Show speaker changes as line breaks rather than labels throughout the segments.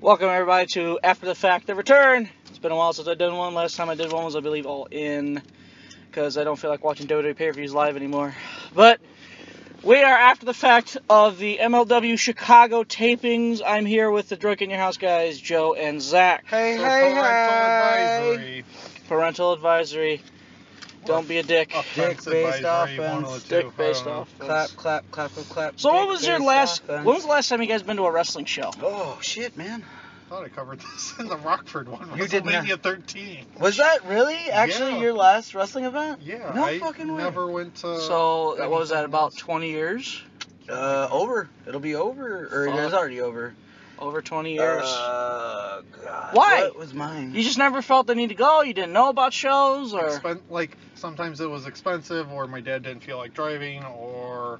Welcome everybody to After the Fact the Return. It's been a while since I've done one. Last time I did one was I believe all in because I don't feel like watching WWE pay-per-views live anymore. But we are after the fact of the MLW Chicago tapings. I'm here with the Drunk in Your House guys, Joe and Zach.
Hey,
For
hey,
parental
hey.
advisory.
Parental advisory. Don't be a dick.
Offense
Dick based
advisory,
offense.
one of the two,
Dick based
I don't know.
off.
Clap, clap, clap, clap, clap.
So when
Dick
was your
face
last?
offense.
When was the last time you guys been to a wrestling show?
Oh shit, man!
I thought I covered this in the Rockford one.
You did not.
WrestleMania 13.
Was that really actually
Yeah.
your last wrestling event?
Yeah.
No
I
fucking way.
never went to.
So what
that
was
was
that?
when
About
was-
20 years?
Uh, over. It'll be over, or
Fuck.
it is already over.
Over 20 years.
Uh, God.
Why?
What was mine?
you just never felt the need to go. You didn't know about shows, or
Expen- like sometimes it was expensive, or my dad didn't feel like driving, or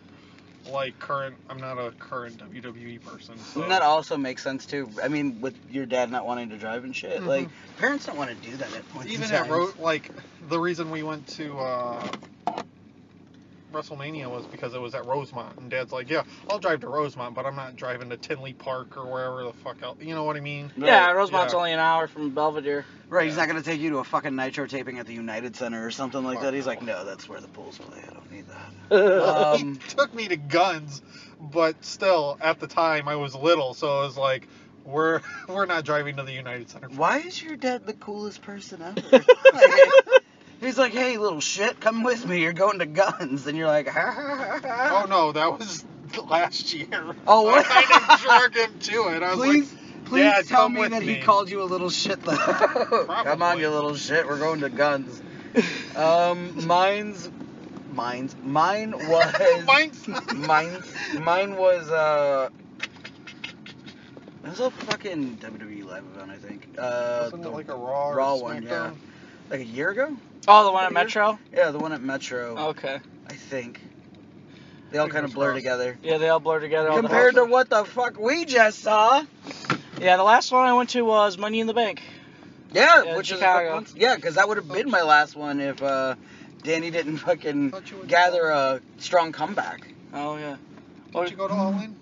like current. I'm not a current WWE person. So.
And that also makes sense too. I mean, with your dad not wanting to drive and shit,
Mhm.
like
Mm-hmm.
parents don't want to do that at points. in
Even at
time.
road, like the reason we went to uh, WrestleMania was because it was at Rosemont, and Dad's like, "Yeah, I'll drive to Rosemont, but I'm not driving to Tinley Park or wherever the fuck else." You know what I mean?
Right.
yeah, Rosemont's
yeah.
only an hour from Belvedere.
Right, he's
Yeah.
not gonna take you to a fucking nitro taping at the United Center or something like
Fuck
that. He's
no.
like, no, that's where the Bulls play. I don't need that.
he
Um,
took me to guns, but still, at the time I was little, so I was like, "We're we're not driving to the United Center."
Why is your dad the coolest person ever? Like, he's like, hey, little shit, come with me. You're going to guns, and you're like, ha ha ha, ha.
Oh no, that was last year.
Oh, what?
I kind of dragged him to it. I was
Please, please
Dad,
tell
come
me
with
that he
me.
called you a little shit though. Come on,
Probably.
you little shit. We're going to guns. Um, mine's, mine's, mine was.
like, mine's not.
Mine, mine was uh. It was a fucking WWE live event, I think. Uh,
Wasn't
the-
it like a Raw, or
Raw
SmackDown?
one, yeah. like a year ago?
oh, the one at
Here?
Metro.
Yeah, the one at Metro,
Okay.
I think. They all kind of
Oh. Fingers
blur
crossed.
together.
Yeah, they all blur together. all the
Compared to
whole-
what the fuck we just saw.
yeah, the last one I went to was Money in the Bank.
Yeah,
Yeah,
which is a
Chicago.
couple months- yeah, because that would have been my last one if uh, Danny didn't fucking
Thought you would-
gather a strong comeback.
Oh yeah.
Did you go to All In?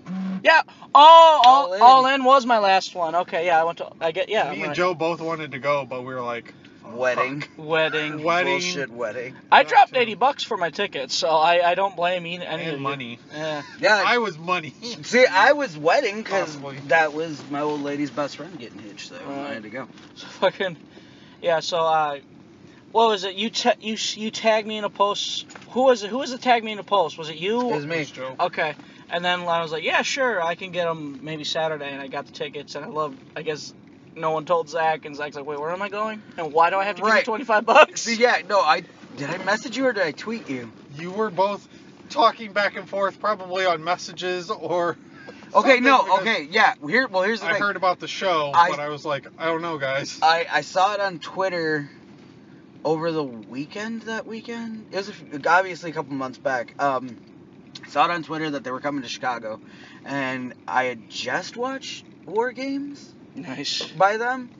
Yeah. Oh, all,
All
all,
In.
in. was my last one. Okay, yeah, I went to. I get yeah.
Me
I'm
and
gonna-
Joe both wanted to go, but we were like,
Wedding,
Wedding.
Wedding.
bullshit wedding.
I dropped
Gotcha.
eighty bucks for my ticket, so I, I don't blame any any of
and
you.
money.
Yeah.
Yeah,
I was money.
See, I was wedding because
Possibly.
that was my old lady's best friend getting hitched, so I
Right.
had to go.
So fucking. Yeah. So I. what was it? You ta- you s- you tagged me in a post. Who was it? Who was it? Tagged me in a post. Was it you?
It was me.
Joe.
Okay. And then I was like, yeah, sure, I can get them maybe Saturday. And I got the tickets, and I love. I guess no one told Zach, and Zach's like, wait, where am I going? And why do I have to give
Right.
you twenty five bucks?
See, yeah, no, I did I message you or did I tweet you?
You were both talking back and forth, probably on messages or.
Okay,
something,
no,
because
okay, yeah. Here, well, here's the
I
thing.
heard about the show,
I-
but I was like, I don't know, guys.
I I saw it on Twitter over the weekend. That weekend, it was a few- obviously a couple months back. Um, saw it on Twitter that they were coming to Chicago, and I had just watched War Games.
Nice.
by them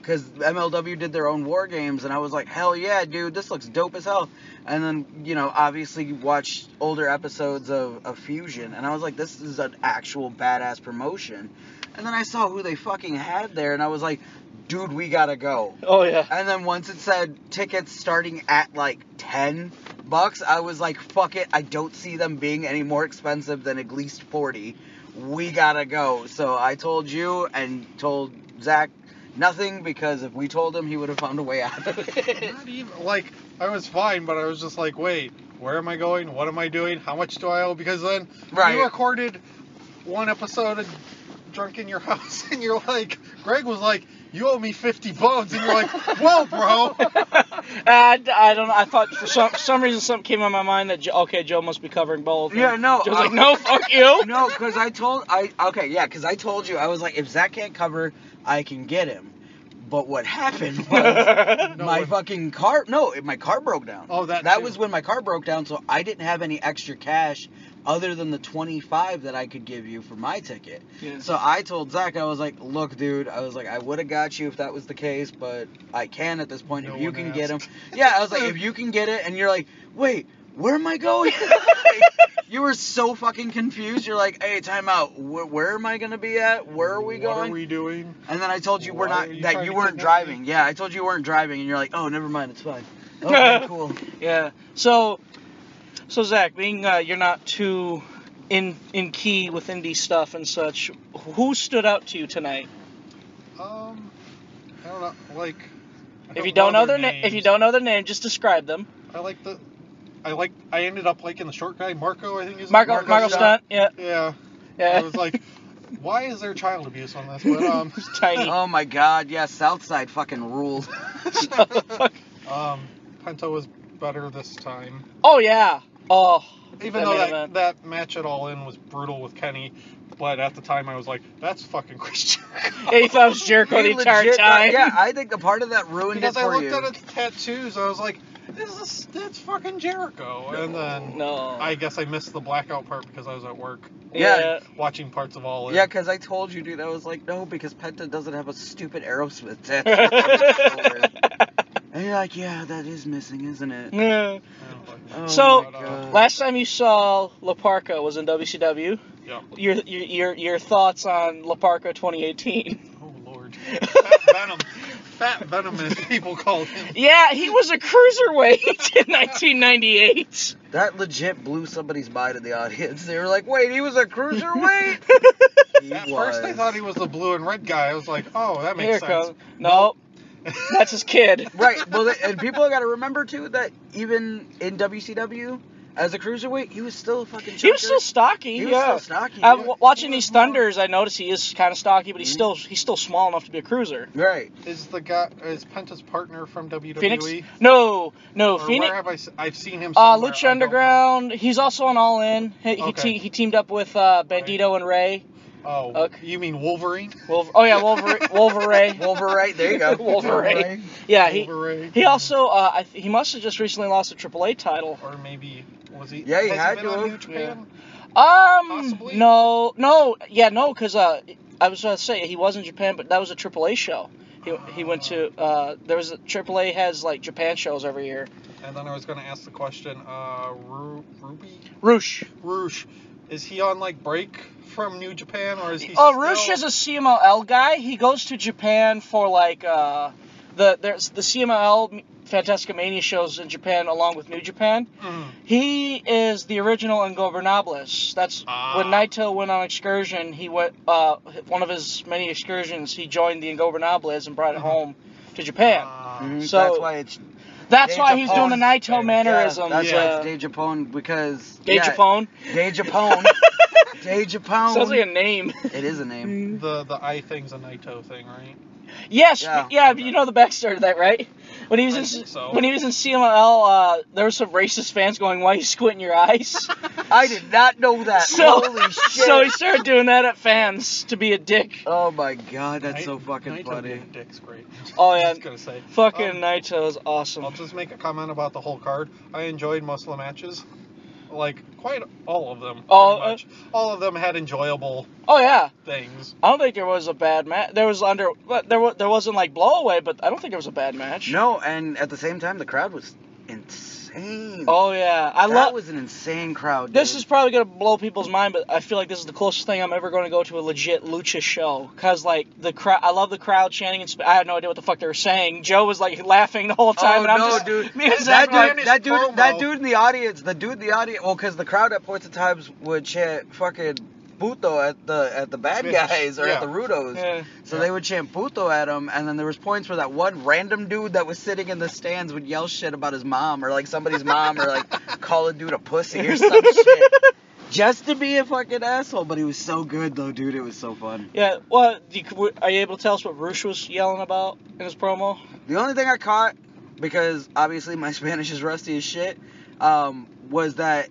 because MLW did their own war games, and I was like, hell yeah, dude, this looks dope as hell. And then, you know, obviously watched older episodes of, of Fusion, and I was like, this is an actual badass promotion. And then I saw who they fucking had there, and I was like, dude, we gotta go.
Oh yeah.
And then once it said tickets starting at like 10 bucks, I was like, fuck it, I don't see them being any more expensive than at least 40. We gotta go. So I told you and told Zach nothing because if we told him, he would have found a way out of it.
Not even like I was fine, but I was just like, wait, where am I going? What am I doing? How much do I owe? Because then
right.
you recorded one episode of Drunk in Your House, and you're like, Greg was like, you owe me 50 bones, and you're like, well, bro,
I, I don't know. I thought for some, some reason something came on my mind that Joe, okay, Joe must be covering both.
Yeah, no, uh,
Joe's
I-
like, no, fuck you.
no, because I told I okay, yeah, because I told you I was like, if Zach can't cover, I can get him. But what happened was
No,
my
when-
fucking car no it- my car broke down
Oh, that
that
too.
was when my car broke down so i didn't have any extra cash other than the 25 that i could give you for my ticket
Yeah.
so i told zach i was like look dude i was like i would have got you if that was the case but i can at this point
No
if you
one
can get him
asked.
yeah i was like if you can get it and you're like wait where am i going You were so fucking confused. You're like, hey, time out. Where, where am I gonna be at? Where are we
what
going?
are we doing?
And then I told you we're
Why
not
are you
that
trying
you
to
weren't
kidnap me?
driving. Yeah, I told you you weren't driving, and you're like, oh, never mind, it's fine. Okay, cool.
Yeah. So, so Zach, being uh, you're not too in in key with indie stuff and such, who stood out to you tonight?
Um, I don't know. Like, I
If you don't know their
their
name, if you
names.
don't know their name, just describe them.
I like the. I like. I ended up liking the short guy, Marco. I think is
Marco
Marco
Marco Stunt. Yeah.
Yeah, I
Yeah.
was like, why is there child abuse on this? But um,
Tiny.
Oh my god, yeah, Southside fucking rules.
um, Pento was better this time.
oh yeah. Oh. That
Even though
main
that,
event.
that match at All In was brutal with Kenny, but at the time I was like, that's fucking Christian.
Yeah, you thought it was Jericho
He
the entire
uh,
legit-
time.
Yeah, I think a part of that ruined
because
it
I
for
looked
you.
at its tattoos, I was like, this is that's fucking Jericho. And then
No.
I guess I missed the blackout part because I was at work
Yeah.
watching parts of All In.
Yeah, because I told you, dude. I was like, no, because Penta doesn't have a stupid Aerosmith tattoo.
Yeah.
and you're like, yeah, that is missing, isn't it?
Yeah.
And, like,
Oh
So,
my God.
Last time you saw Laparca was in WCW.
Yeah.
Your your your, your thoughts on Laparca 2018?
oh lord. Fat Venom. Fat Venom as people called him.
Yeah, he was a cruiserweight in 1998.
that legit blew somebody's mind in the audience. They were like, wait, he was a cruiserweight. he
At first I thought he was the blue and red guy. I was like, oh, that
Here
makes
it comes.
sense.
No, that's his kid.
Right. Well, they, and people got to remember too that even in WCW, as a cruiserweight, he was still a fucking.
He was
chunker.
still stocky.
He was
yeah.
still stocky.
Uh,
dude.
w- watching
He was
these
more-
thunders, I notice he is kind of stocky, but he's
Mm-hmm.
Mhm.
still he's still small enough to be a cruiser.
right.
Is the guy is Penta's partner from WWE?
Phoenix? No, no,
E? Or
Phoenix.
Where have I? s- I've seen him.
Uh,
somewhere, I
Lucha
don't-
Underground. He's also on All In. He, he,
Okay.
te- he teamed up with uh, Bandito and Ray.
Oh,
Okay.
you mean Wolverine?
Wolver- oh yeah, Wolver- Wolverine.
Wolverine. There you go.
Wolverine. Yeah, he
Wolverine.
he also uh, I th- he must have just recently lost the AAA title.
Or maybe was he?
Yeah, he
has
had
been
to
on
have.
New Japan?
Um,
Possibly?
no, no, yeah, no, because uh, I was gonna say he was in Japan, but that was a AAA show. He, he went to uh, there was a AAA has like Japan shows every year.
And then I was gonna ask the question. Uh, Ru- Ruby
Roosh.
Rouge, is he on like break from New Japan or is he?
Oh, Roosh
still-
is a CMLL guy. He goes to Japan for like uh, the there's the CMLL Fantastica Mania shows in Japan along with New Japan.
Mm.
He is the original Ingobernables. That's
Ah.
when Naito went on excursion. He went uh, one of his many excursions. He joined the Ingobernables and brought it
Mhm.
home to Japan.
Ah.
Mhm,
So-
that's why it's
that's
Dave
why he's doing the
Japone's
Naito
thing.
mannerisms. uh,
Yeah, that's
yeah.
why it's De Japone because
Dave
yeah,
Japone.
De Japone. De Japone.
Sounds like a name.
It is a name.
the the eye thing's a Naito thing, right?
Yes,
Yeah.
yeah, you know the backstory of that, right? When he was
I
in
think so.
when he was in CMLL, uh, there were some racist fans going, "Why are you squinting your eyes?"
I did not know that.
So-
Holy shit.
so he started doing that at fans to be a dick.
oh my god, that's
Nai-
so fucking
Naito
funny.
being a Dick's great.
Oh,
I
yeah.
was gonna say.
Fucking
Um,
Naito is
I'll
awesome.
just make a comment about the whole card. I enjoyed most of the matches. Like, quite all of them.
Oh,
Oh,
uh,
much. all of them had enjoyable
Oh yeah,
things.
I don't think there was a bad match. There was under, but there was there wasn't like blowaway, but I don't think there was a bad match.
No, and at the same time, the crowd was insane.
Oh yeah, I
that
love.
was an insane crowd. Dude.
This is probably gonna blow people's mind, but I feel like this is the closest thing I'm ever gonna go to a legit lucha show. Cause like the crowd, I love the crowd chanting. And sp- I had no idea what the fuck they were saying. Joe was like laughing the whole time,
oh
and I'm
no,
just
dude!
me and Zach
that
were like,
dude,
Bryan
that
is
dude,
promo.
that dude in the audience, the dude in the audience. Well, because the crowd at points of times would chant "fucking puto" at the at the bad
Bitch.
guys or
Yeah.
at the rudos.
Yeah.
So
Yeah.
they would chant "puto" at him, and then there was points where that one random dude that was sitting in the stands would yell shit about his mom or like somebody's mom or like call a dude a pussy or some shit. Just to be a fucking asshole, but he was so good though, dude. It was so fun.
yeah. Well, do you, w- are you able to tell us what Roosh was yelling about in his promo?
The only thing I caught, because obviously my Spanish is rusty as shit, um, was that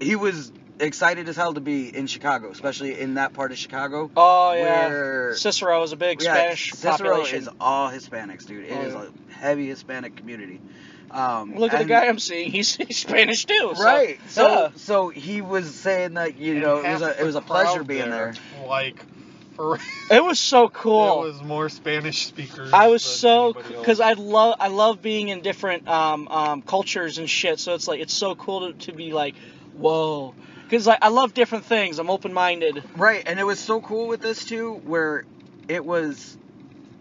he was excited as hell to be in Chicago, especially in that part of Chicago.
Oh yeah,
Where-
Cicero is a big
Yeah,
Spanish
Cicero
population.
is all Hispanics, dude. It
Oh,
is
yeah.
a heavy Hispanic community. Um,
Look at the
and-
guy I'm seeing. He's, he's Spanish too. so-
Right. So
yeah.
so he was saying that you
And
know it
half
was a it
the
was a pleasure
crowd
being there.
Like, for
It was so cool.
It was more Spanish speakers.
I was
than
so
anybody else.
because I love I love being in different um, um, cultures and shit. So it's like it's so cool to, to be like whoa. Because like, I love different things. I'm open minded.
Right, and it was so cool with this too, where it was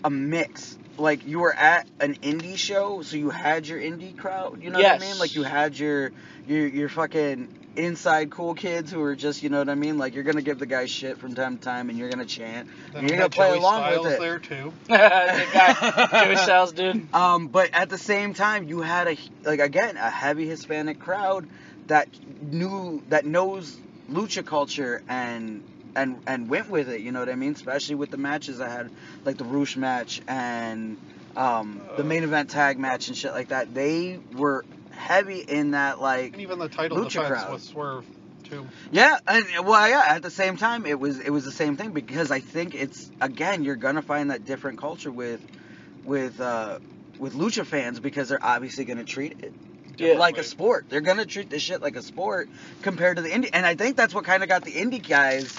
a mix. Like you were at an indie show, so you had your indie crowd. You know what I mean?
Yes.
Like you had your your your fucking inside cool kids who are just you know what I mean. Like you're gonna give the guy shit from time to time, and you're gonna chant.
Then
You're
we
gonna
got
play
Joey
along with
Styles
it.
there too.
guy, Joey Styles, dude.
Um, but at the same time, you had a like again a heavy Hispanic crowd that knew that knows lucha culture and and and went with it. You know what I mean? Especially with the matches I had, like the Roosh match and um, the main event tag match and shit like that. They were heavy in that like
And even the title
Lucha
defense
crowd.
was Swerve too.
yeah, and well, yeah. At the same time, it was it was the same thing because I think it's again you're gonna find that different culture with with uh, with lucha fans because they're obviously gonna treat it
Yeah.
like a
Right.
sport. They're gonna treat this shit like a sport compared to the indie, and I think that's what kind of got the indie guys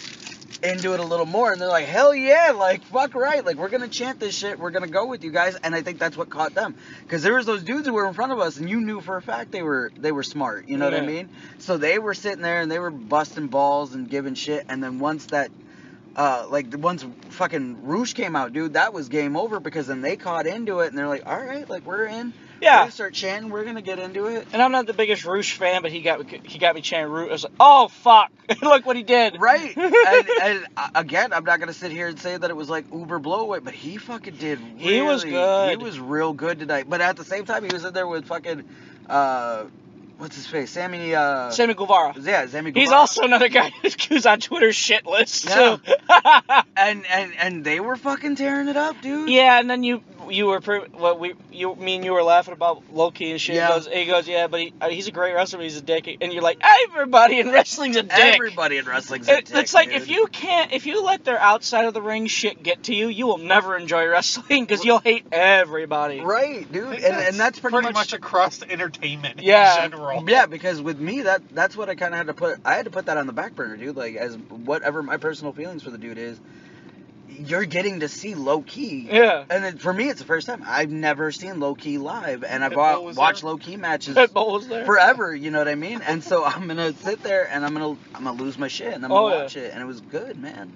into it a little more. And they're like, hell yeah, like fuck right, like we're gonna chant this shit, we're gonna go with you guys. And I think that's what caught them because there was those dudes who were in front of us, and you knew for a fact they were they were smart. You know what I
Yeah.
mean? So they were sitting there and they were busting balls and giving shit. And then once that, uh, like once fucking Roosh came out, dude, that was game over because then they caught into it and they're like, all right, like we're in. We're
Yeah.
gonna start chanting. We're gonna get into it.
And I'm not the biggest Roosh fan, but he got he got me chanting Roosh. I was like, oh fuck, look what he did.
Right. and, and uh, again, I'm not gonna sit here and say that it was like uber blow away, but he fucking did. Really,
He was
He
good.
was real good tonight. But at the same time, he was in there with fucking, uh, what's his face, Sammy. Uh,
Sammy Guevara.
yeah, Sammy.
He's
Guevara.
also another guy who's on Twitter's shit list. So.
and and and they were fucking tearing it up, dude.
yeah, and then you you were pre- what we you me and you were laughing about Loki and shit.
Yeah.
He goes, he goes, yeah, but he, uh, he's a great wrestler, but he's a dick. And you're like, everybody in wrestling's a dick.
Everybody in wrestling's a
It-
dick,
it's like if
dude.
you can't, if you let their outside of the ring shit get to you, you will never enjoy wrestling because you'll hate everybody.
Right, dude,
I
and,
think
and that's pretty, much,
across entertainment
Yeah.
in general.
yeah. Because with me, that that's what I kind of had to put. I had to put that on the back burner, dude. Like as whatever my personal feelings for the dude is, you're getting to see low key.
Yeah.
And then for me, it's the first time I've never seen low key live, and I've
Pitbull
wa-
was
watched
there?
low key matches
Pitbull was there.
forever. You know what I mean? And so I'm gonna sit there and I'm gonna I'm gonna lose my shit and I'm
Oh,
gonna
yeah.
watch it. And it was good, man.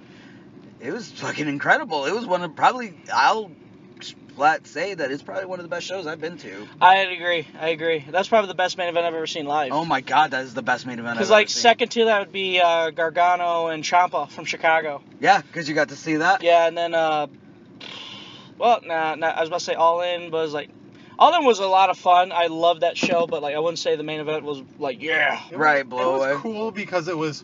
It was fucking incredible. It was one of probably I'll flat say that it's probably one of the best shows I've been to.
I agree. I agree. That's probably the best main event I've ever seen live.
Oh my god, that is the best main event.
Because
I've
like
ever seen.
second to that would be uh, Gargano and Champa from Chicago.
Yeah, because you got to see that.
Yeah, and then uh, well, nah, nah, I was about to say All In, but it was like All In was a lot of fun. I loved that show, but like I wouldn't say the main event was like yeah.
It was-
Right, blow
It was
away.
cool because it was,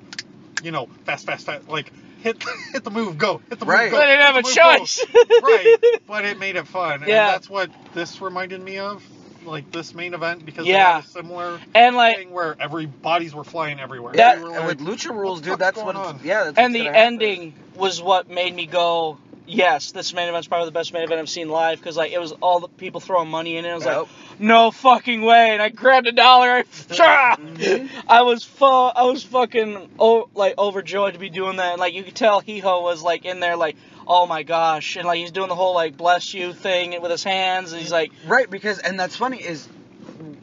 you know, fast, fast, fast. Like hit, hit the move, go. Hit the
Right.
move,
I
go.
didn't have a
hit the move, go.
choice.
right, but it made it fun.
Yeah.
And that's what this reminded me of, like this main event, because
Yeah.
they had a similar
And like
thing where every bodies were flying everywhere.
That-
We were
and
like,
with lucha rules, dude,
fuck's
that's
going
what.
on?
It's, yeah, that's
and
what's
the
gonna happen.
ending was what made me go yes this main event's probably the best main event i've seen live because like it was all the people throwing money in it i was
Yep.
like no fucking way and i grabbed a dollar I,
Mhm.
I was fu- i was fucking oh like overjoyed to be doing that and like you could tell he ho was like in there like oh my gosh and like he's doing the whole like bless you thing with his hands and he's like
Right, because and that's funny is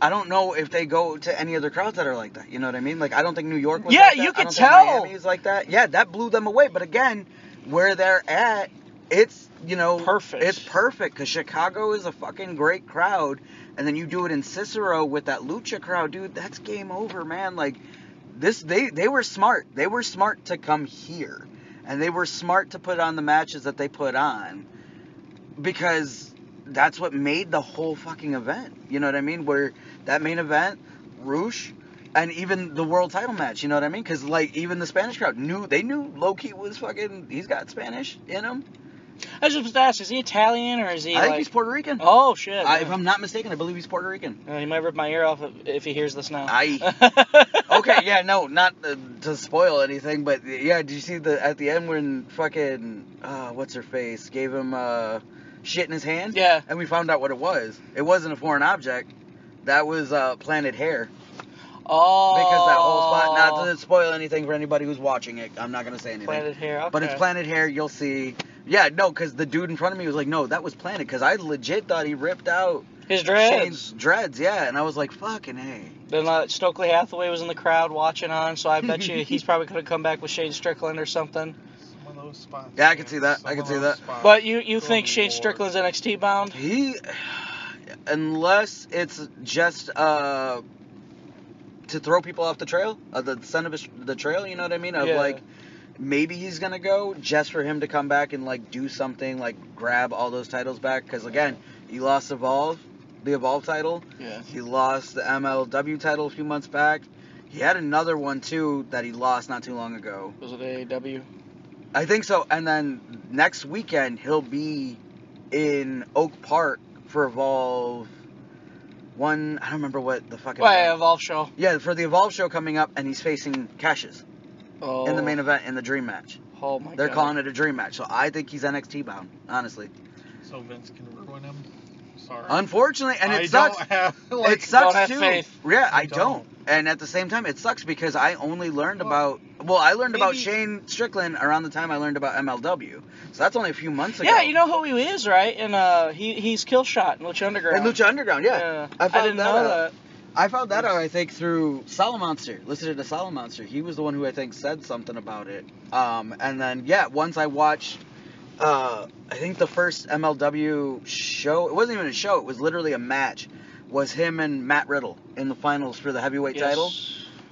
I don't know if they go to any other crowds that are like that. You know what I mean? Like I don't think New York was
Yeah,
like that.
you
I
could
don't
tell.
Think Miami's like that. Yeah, that blew them away. But again, where they're at, it's you know
Perfect.
It's perfect because Chicago is a fucking great crowd, and then you do it in Cicero with that lucha crowd, dude. That's game over, man. Like this, they they were smart. They were smart to come here, and they were smart to put on the matches that they put on because that's what made the whole fucking event. You know what I mean? Where that main event, Roosh, and even the world title match. You know what I mean? Because like even the Spanish crowd knew they knew Loki was fucking. He's got Spanish in him.
i was just asked is he italian or is he
I think
like
he's Puerto Rican.
oh shit
I, if I'm not mistaken, I believe he's Puerto Rican.
Uh, he might rip my ear off if, if he hears this now
I- Okay, yeah, no, not uh, to spoil anything, but yeah, did you see the at the end when fucking uh, what's her face gave him uh, shit in his hand?
yeah
and we found out what it was. It wasn't a foreign object. That was uh, planted hair
Oh.
because that whole spot. Not to spoil anything for anybody who's watching it. I'm not gonna say anything.
planted hair. Okay.
But it's planted hair. You'll see. Yeah, no, because the dude in front of me was like, "No, that was planted." Because I legit thought he ripped out
His dreads.
Shane's dreads, yeah. And I was like, fucking hey.
Then uh, Stokely Hathaway was in the crowd watching on, so I bet you he's probably could have come back with Shane Strickland or something.
Some of those spots.
Yeah, I can
man.
see that. I
Some
can
of
see
those
that.
spots.
But you you
Good
think Shane
lord.
Strickland's NXT bound?
He, unless it's just uh, to throw people off the trail, of the scent of his, the trail. You know what I mean? Of
Yeah.
like, maybe he's gonna go just for him to come back and like do something, like grab all those titles back. Because again, he lost Evolve, the Evolve title.
Yeah.
He lost the MLW title a few months back. He had another one too that he lost not too long ago.
Was it E AEW?
I think so. And then next weekend he'll be in Oak Park for Evolve. One, I don't remember what the fucking.
Well, yeah, Evolve show.
Yeah, for the Evolve show coming up, and he's facing Cassius
Oh.
in the main event in the Dream match.
Oh my
They're
God.
calling it a Dream match, so I think he's NXT bound, honestly.
So Vince can ruin him. Sorry.
Unfortunately, and it
I
sucks.
Don't have, like,
it sucks
have
too.
faith.
Yeah, I
You
don't.
don't.
And at the same time, it sucks because I only learned
Well,
about. Well, I learned about
maybe-
Shane Strickland around the time I learned about MLW. So that's only a few months ago.
Yeah, you know who he is, right? And uh, he he's Killshot in Lucha Underground.
And Lucha Underground, yeah. I
I,
found
didn't
that
know
out.
that.
I found that out, I think, through Salamonster. Listening to Salamonster. He was the one who I think said something about it. Um, and then, yeah, once I watched, uh, I think the first MLW show, it wasn't even a show, it was literally a match, was him and Matt Riddle in the finals for the heavyweight
Yes.
title.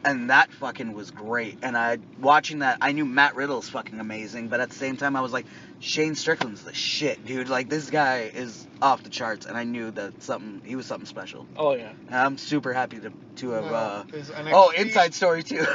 And that fucking was great. And I, watching that, I knew Matt Riddle's fucking amazing, but at the same time, I was like, Shane Strickland's the shit, dude. Like, this guy is off the charts, and I knew that something, he was something special.
Oh yeah.
And I'm super happy to to have. Uh,
No, is NXT
oh, inside story too.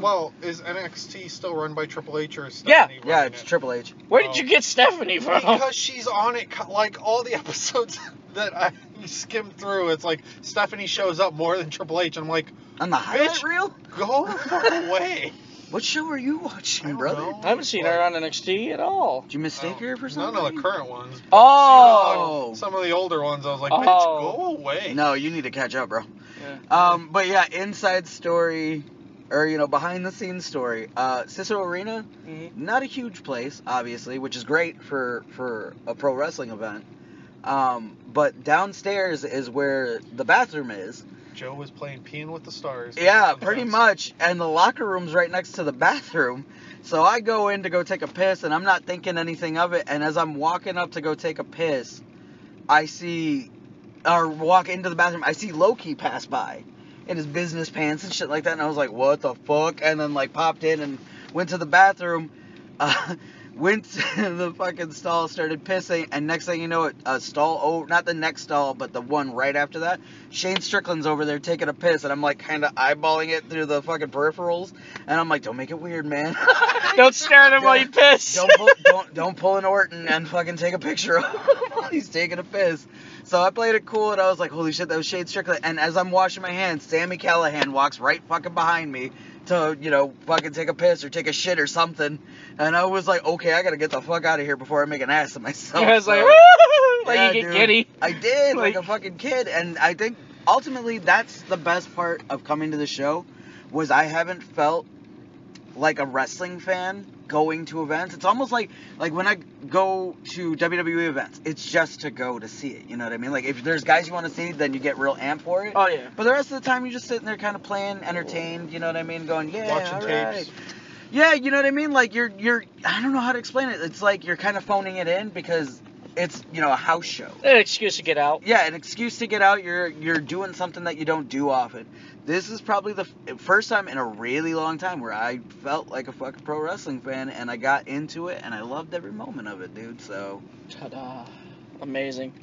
Well, is NXT still run by Triple H or is
Yeah.
Stephanie
yeah,
running
it's
it?
Triple H.
Where did
Oh.
you get Stephanie from?
because she's on it co- like all the episodes that I skimmed through. It's like Stephanie shows up more than Triple H. I'm like,
On the highlight
Bitch.
reel.
go the fuck away.
What show are you
I
watching,
don't
brother?
know. Oh,
I haven't seen her on NXT at all.
Did you mistake her for
None
something?
of the current ones.
Oh.
Oh.
Some of the older ones, I was like, bitch,
Oh.
go away.
No, you need to catch up, bro.
Yeah.
Um, but yeah, inside story, or you know, behind the scenes story. Uh, Cicero Arena,
Mhm.
not a huge place, obviously, which is great for for a pro wrestling event. Um, but downstairs is where the bathroom is,
Joe was playing Peeing with the Stars.
Yeah, pretty much. And the locker room's right next to the bathroom. So I go in to go take a piss and I'm not thinking anything of it. And as I'm walking up to go take a piss, I see, or walk into the bathroom, I see Loki pass by in his business pants and shit like that. And I was like, what the fuck? And then, like, popped in and went to the bathroom. Uh, Went to the fucking stall, started pissing, and next thing you know, it a stall oh, not the next stall, but the one right after that, Shane Strickland's over there taking a piss, and I'm like kind of eyeballing it through the fucking peripherals, and I'm like, don't make it weird, man.
Don't stare at him while you piss.
don't pull, don't don't pull an Orton and fucking take a picture of him while he's taking a piss. So I played it cool, and I was like, holy shit, that was Shane Strickland. And as I'm washing my hands, Sammy Callahan walks right fucking behind me to you know fucking take a piss or take a shit or something. And I was like, okay, I gotta get the fuck out of here before I make an ass of myself.
I was like,
So-
"Woo!" like
yeah,
you get
dude.
giddy.
I did, like,
Like-
a fucking kid. And I think ultimately that's the best part of coming to the show was I haven't felt like a wrestling fan going to events. It's almost like like when I go to WWE events, it's just to go to see it. You know what I mean? Like if there's guys you want to see, then you get real amped for it.
Oh yeah.
But the rest of the time, you're just sitting there kind of playing, entertained. You know what I mean? Going, yeah,
Watching
all right.
tapes.
Yeah, you know what I mean? Like you're you're I don't know how to explain it. It's like you're kind of phoning it in because it's, you know, a house show.
An excuse to get out.
Yeah, an excuse to get out. You're you're doing something that you don't do often. This is probably the f- first time in a really long time where I felt like a fucking pro wrestling fan, and I got into it, and I loved every moment of it, dude. So
Ta-da. Amazing.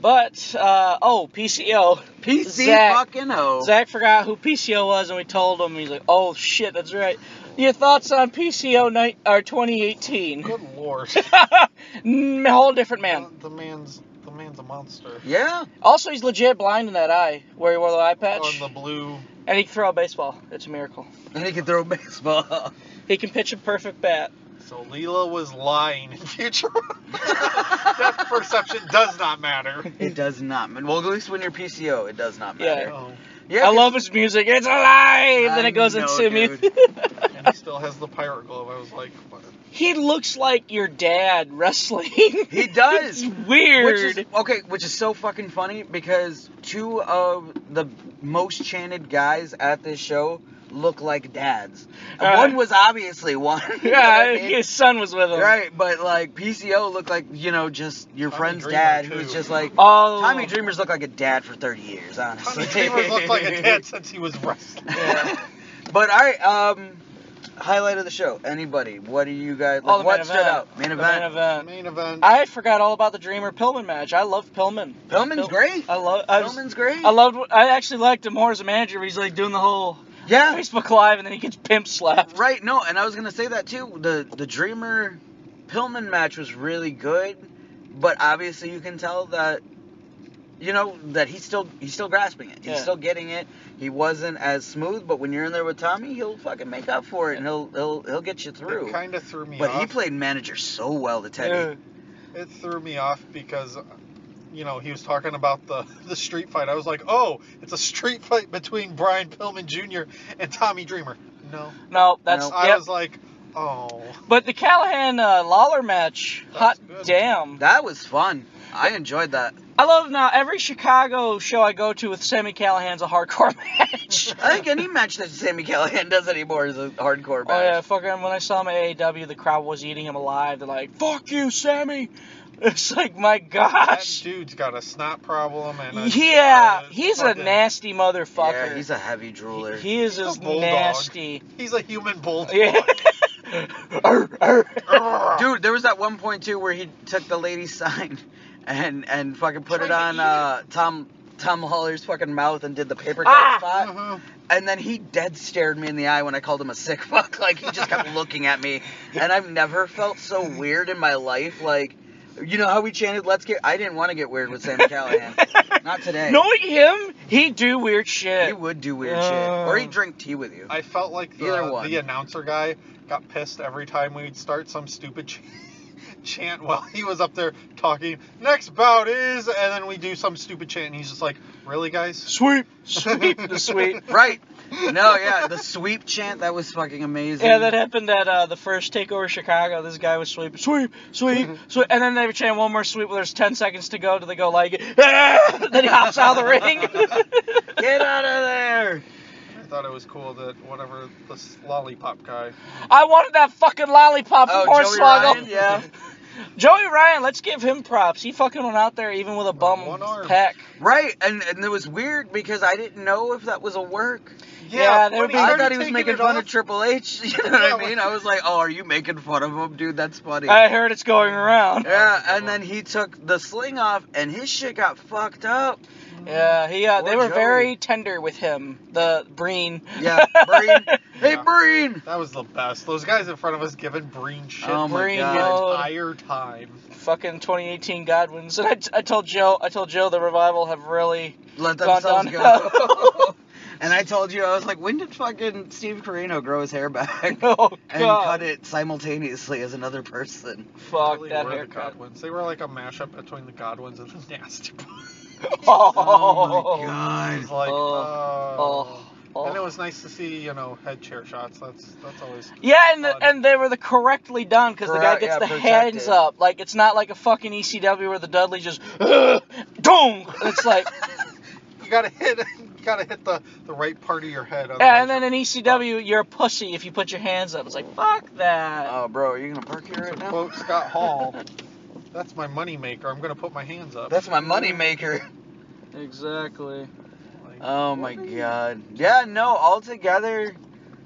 But uh, oh, PCO.
PC
Zach-
fucking O.
Zach forgot who PCO was, and we told him. He's like, "Oh shit, that's right." Your thoughts on PCO night or 2018?
Good lord.
Mm, Whole different man.
The man's the man's a monster.
Yeah,
Also, he's legit blind in that eye where he wore the
Oh,
eye patch,
On the blue.
and he can throw a baseball. It's a miracle.
and he can throw a baseball.
He can pitch a perfect bat.
So Leela was lying in future. Depth perception does not matter.
it does not. matter. Well, at least when you're PCO, it does not
Yeah.
matter.
Oh,
Yeah,
I
'cause-
love his music. It's alive. then
I
it goes
know,
into
dude.
music.
and he still has the pirate glove. I was like, what?
He looks like your dad wrestling. He
does.
it's weird.
Which is okay, which is so fucking funny because two of the most chanted guys at this show look like dads.
All
one
right.
was obviously one. you know
yeah,
what I mean?
his son was with him.
Right, but like PCO looked like you know just your
Tommy
friend's
Dreamer,
dad,
too.
who's just like
Oh,
Tommy Dreamers looked like a dad for thirty years, honestly.
Tommy Dreamer looked like a dad since he was wrestling.
Yeah.
but all right, um, highlight of the show. Anybody? What do you guys? Like,
Oh, the
what
main
stood
event.
out? Main
The
event.
main event.
Main event.
I forgot all about the Dreamer Pillman match. I love Pillman.
Pillman's great.
I love. Uh, I, was,
Pillman's great.
I loved. I actually liked him more as a manager. He's like doing the whole
yeah.
Facebook Live, and then he gets pimp slapped.
Right, no, and I was gonna say that too. The the Dreamer Pillman match was really good, but obviously you can tell that you know that he's still he's still grasping it. He's
Yeah.
still getting it. He wasn't as smooth, but when you're in there with Tommy, he'll fucking make up for it and he'll he'll he'll get you through.
It kind of threw me
But
off.
he played manager so well to Teddy.
Yeah.
It threw me off because, you know, he was talking about the, the street fight. I was like, oh, it's a street fight between Brian Pillman Jr. and Tommy Dreamer. No.
No, that's
Nope.
yep.
I was like, oh.
But the Callahan uh, Lawler match,
That's
hot
good.
damn!
That was fun. I enjoyed that.
I love now every Chicago show I go to with Sammy Callahan's a hardcore match.
I think any match that Sammy Callahan does anymore is a hardcore
Oh yeah,
match.
fucking when I saw him at AEW, the crowd was eating him alive. They're like, "Fuck you, Sammy!" It's like, my
That
gosh.
dude's got a snot problem and a,
Yeah,
uh,
he's a
fucking-
nasty motherfucker.
yeah, he's a heavy drooler.
he is
He's a
as
bulldog.
nasty.
He's a human bulldog.
Yeah. Arr, arr.
Dude,
Dude, there was that one point too where he took the lady's sign and and fucking put
Tried
it
to
on
eat
uh, Tom Tom Holler's fucking mouth and did the paper cut
Ah!
spot.
Mm-hmm.
And then he dead stared me in the eye when I called him a sick fuck. Like he just kept looking at me, and I've never felt so weird in my life. Like, you know how we chanted "Let's get"? I didn't want to get weird with Sam Callahan. Not today.
Knowing him, he do weird shit. Uh.
He would do weird shit, or he'd drink tea with you.
I felt like
Either
the,
one.
the announcer guy got pissed every time we'd start some stupid ch- chant while he was up there talking. Next bout is, and then we do some stupid chant, and he's just like, "Really, guys?"
Sweep, sweep, the sweep.
Right? No, yeah, the sweep chant that was fucking amazing.
Yeah, that happened at uh, the first takeover Chicago. This guy was sweeping, sweep, sweep,
Mm-hmm.
sweep, and then they would chant one more sweep. Where there's ten seconds to go. Do they go like? "Ah!" Then he hops out of the ring.
Get out of there!
I thought it was cool that whatever this lollipop guy.
I wanted that fucking lollipop
Oh,
from
Joey
Hornswoggle.
Ryan, yeah.
Joey Ryan, let's give him props. He fucking went out there even with a bum
One arm.
pack.
Right, and, and it was weird because I didn't know if that was a work.
Yeah, they
when
were being-
I
started
thought he was
taking
making
it
fun
off-
of Triple H. You know
Yeah,
what I
when-
mean? I was like, oh, are you making fun of him, dude? That's funny.
I heard it's going around.
yeah, and then he took the sling off, and his shit got fucked up.
Yeah, he. Uh, they
Poor
were
Joey.
very tender with him. The Breen.
Yeah, Breen. hey,
Yeah.
Breen!
That was the best. Those guys in front of us giving Breen shit
Oh my
Breen,
God.
yo.
the entire time.
fucking 2018 Godwins. And I, I told Joe, I told Joe the revival have really.
Let
Gone
themselves
down. Oh,
go. and I told you, I was like, when did fucking Steve Carino grow his hair back?
Oh god.
And cut it simultaneously as another person.
Fuck
Really
that
were the
haircut.
Godwins. They were like a mashup between the Godwins and the Nasty Boys.
Oh,
Oh
It
my God.
was like,
Oh.
uh,
oh.
Oh,
And it
oh.
was nice to see, you know, head chair shots. That's that's always.
Yeah, and the,
fun.
and they were the correctly done because the guy
Correct,
gets
yeah,
the
protected.
hands up. Like it's not like a fucking ECW where the Dudley just "Ugh, dong. It's like
You gotta hit, you gotta hit the the right part of your head.
yeah, and then in ECW you're a pussy if you put your hands up. It's like fuck that.
Oh, bro, are you gonna park here
otherwise-
right
to
now?
quote Scott Hall, "That's my money maker. I'm gonna put my hands up."
That's my money maker.
Exactly.
Like,
Oh my
what are you-
god. Yeah, no, altogether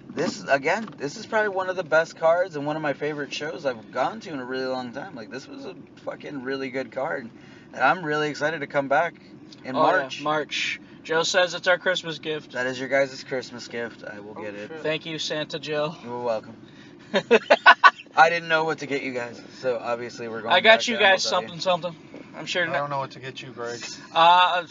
this again, this is probably one of the best cards and one of my favorite shows I've gone to in a really long time. Like this was a fucking really good card. And I'm really excited to come back in
Oh, yeah,
March.
March. Joe says it's our Christmas gift.
That is your guys' Christmas gift. I
Oh,
will get it.
shit.
Thank you, Santa Joe.
You're welcome. I didn't know what to get you guys, so obviously we're going
I
back
got you
to
guys
MLW.
something, something. I'm sure.
I don't know what to get you, Greg.
Uh,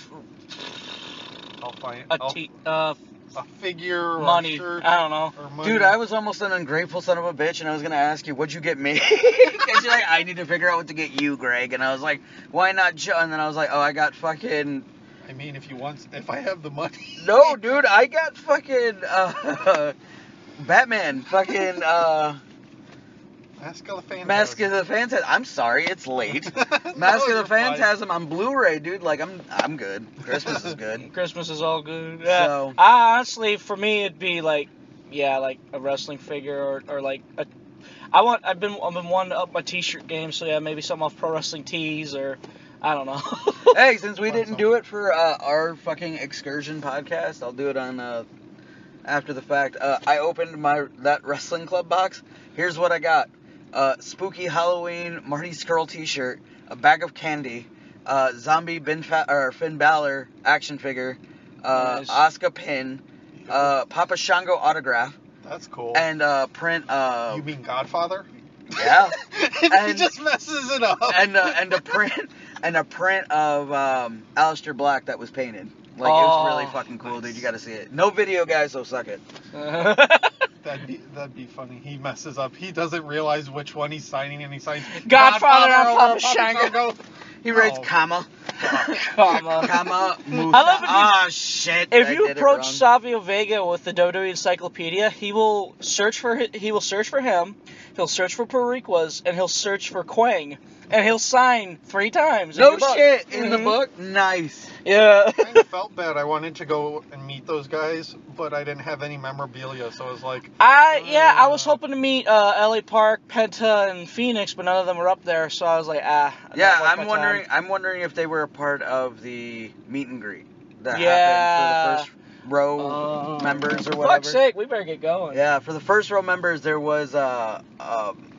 I'll find
a
I'll-
t- uh,
a figure, or a
money.
shirt,
I don't know.
or money.
Uh, Dude, I was almost an ungrateful son of a bitch, and I was gonna ask you, what'd you get me? 'Cause you're like, I need to figure out what to get you, Greg. And I was like, why not Joe? And then I was like, oh, I got fucking.
I mean, if you want, if I have the money.
No, dude, I got fucking uh, Batman. Fucking uh,
Mask of the Phantasm.
Mask of the Phantasm. I'm sorry, it's late. Mask of the Phantasm on Blu-ray, dude. Like I'm, I'm good. Christmas is good.
Christmas is all good. Yeah.
So-
I honestly, for me, it'd be like, yeah, like a wrestling figure or, or like a. I want. I've been. I've been wanting to up my T-shirt game. So yeah, maybe something off pro wrestling tees or, I don't know.
Hey, since we didn't do it for uh, our fucking excursion podcast, I'll do it on uh, after the fact. Uh, I opened my that wrestling club box. Here's what I got: uh, spooky Halloween Marty Skrull T-shirt, a bag of candy, uh, zombie Bin Fa- or Finn Balor action figure, uh,
Nice.
Asuka pin, uh, Papa Shango autograph,
That's cool.
and uh, print. Uh,
you mean Godfather?
yeah.
he
And-
just messes it up.
and uh, and a print and a print of um, Alistair Black that was painted. Like it
Oh,
was really fucking cool, dude.
nice.
You gotta see it. No video, guys, so suck it.
That'd be that'd be funny. He messes up. He doesn't realize which one he's signing, and he signs
Godfather
Godfather
and
over
Papa Shango.
Shango.
He writes
Oh.
comma,
Comma.
comma, Musa.
I love if you-
Ah, shit.
If
I
you
did it
approach
wrong.
Savio Vega with the WWE Encyclopedia, he will search for hi- he will search for him, he'll search for Periquas, and he'll search for Quang, and he'll sign three times. in
no
your book.
shit in the
Mhm.
book, nice.
Yeah.
I kinda felt bad. I wanted to go and meet those guys, but I didn't have any memorabilia, so I was like,
I yeah, I was
Uh.
hoping to meet uh, LA Park, Penta, and Phoenix, but none of them were up there, so I was like, ah. not
Yeah,
worth my
I'm
time.
wondering. I'm wondering if they were a part of the meet and greet that
Yeah.
happened for the first row
Oh.
members or
For
whatever.
fuck's sake, we better get going.
Yeah, for the first row members, there was uh, um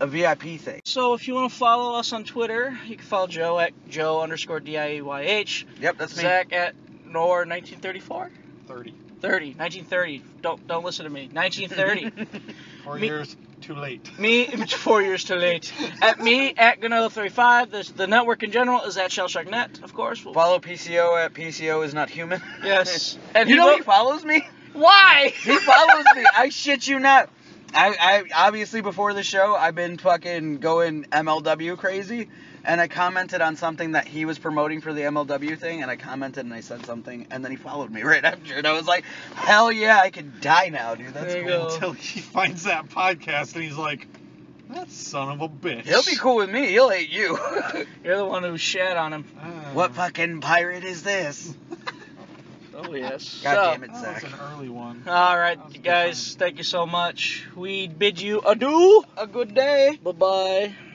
a VIP thing.
So if you want to follow us on Twitter, you can follow Joe at Joe underscore D I E Y H,
Yep, that's me.
Zach at Nor 1934.
30.
30, 1930. Don't don't listen to me. 1930.
Four
Me-
years too late.
me, it's four years too late. At me at Gano35. The, the network in general is at Shellshocknet, of course. We'll-
Follow PCO at PCO is not human.
Yes. And
you
he
know
wrote-
he follows me.
Why?
He follows me. I shit you not. I, I obviously before the show I've been fucking going MLW crazy, and I commented on something that he was promoting for the MLW thing, and I commented and I said something, and then he followed me right after, and I was like, hell yeah, I could die now, dude. That's
There you
cool.
go.
Until he finds that podcast and he's like, that son of a bitch.
He'll be cool with me. He'll hate you.
You're the one who shat on him.
Ah.
what fucking pirate is this?
Oh yes.
God
so,
damn it,
That was
Zach.
an early one.
All right,
That was a good
guys. Thank you so much. We bid you adieu.
A good day.
Bye bye.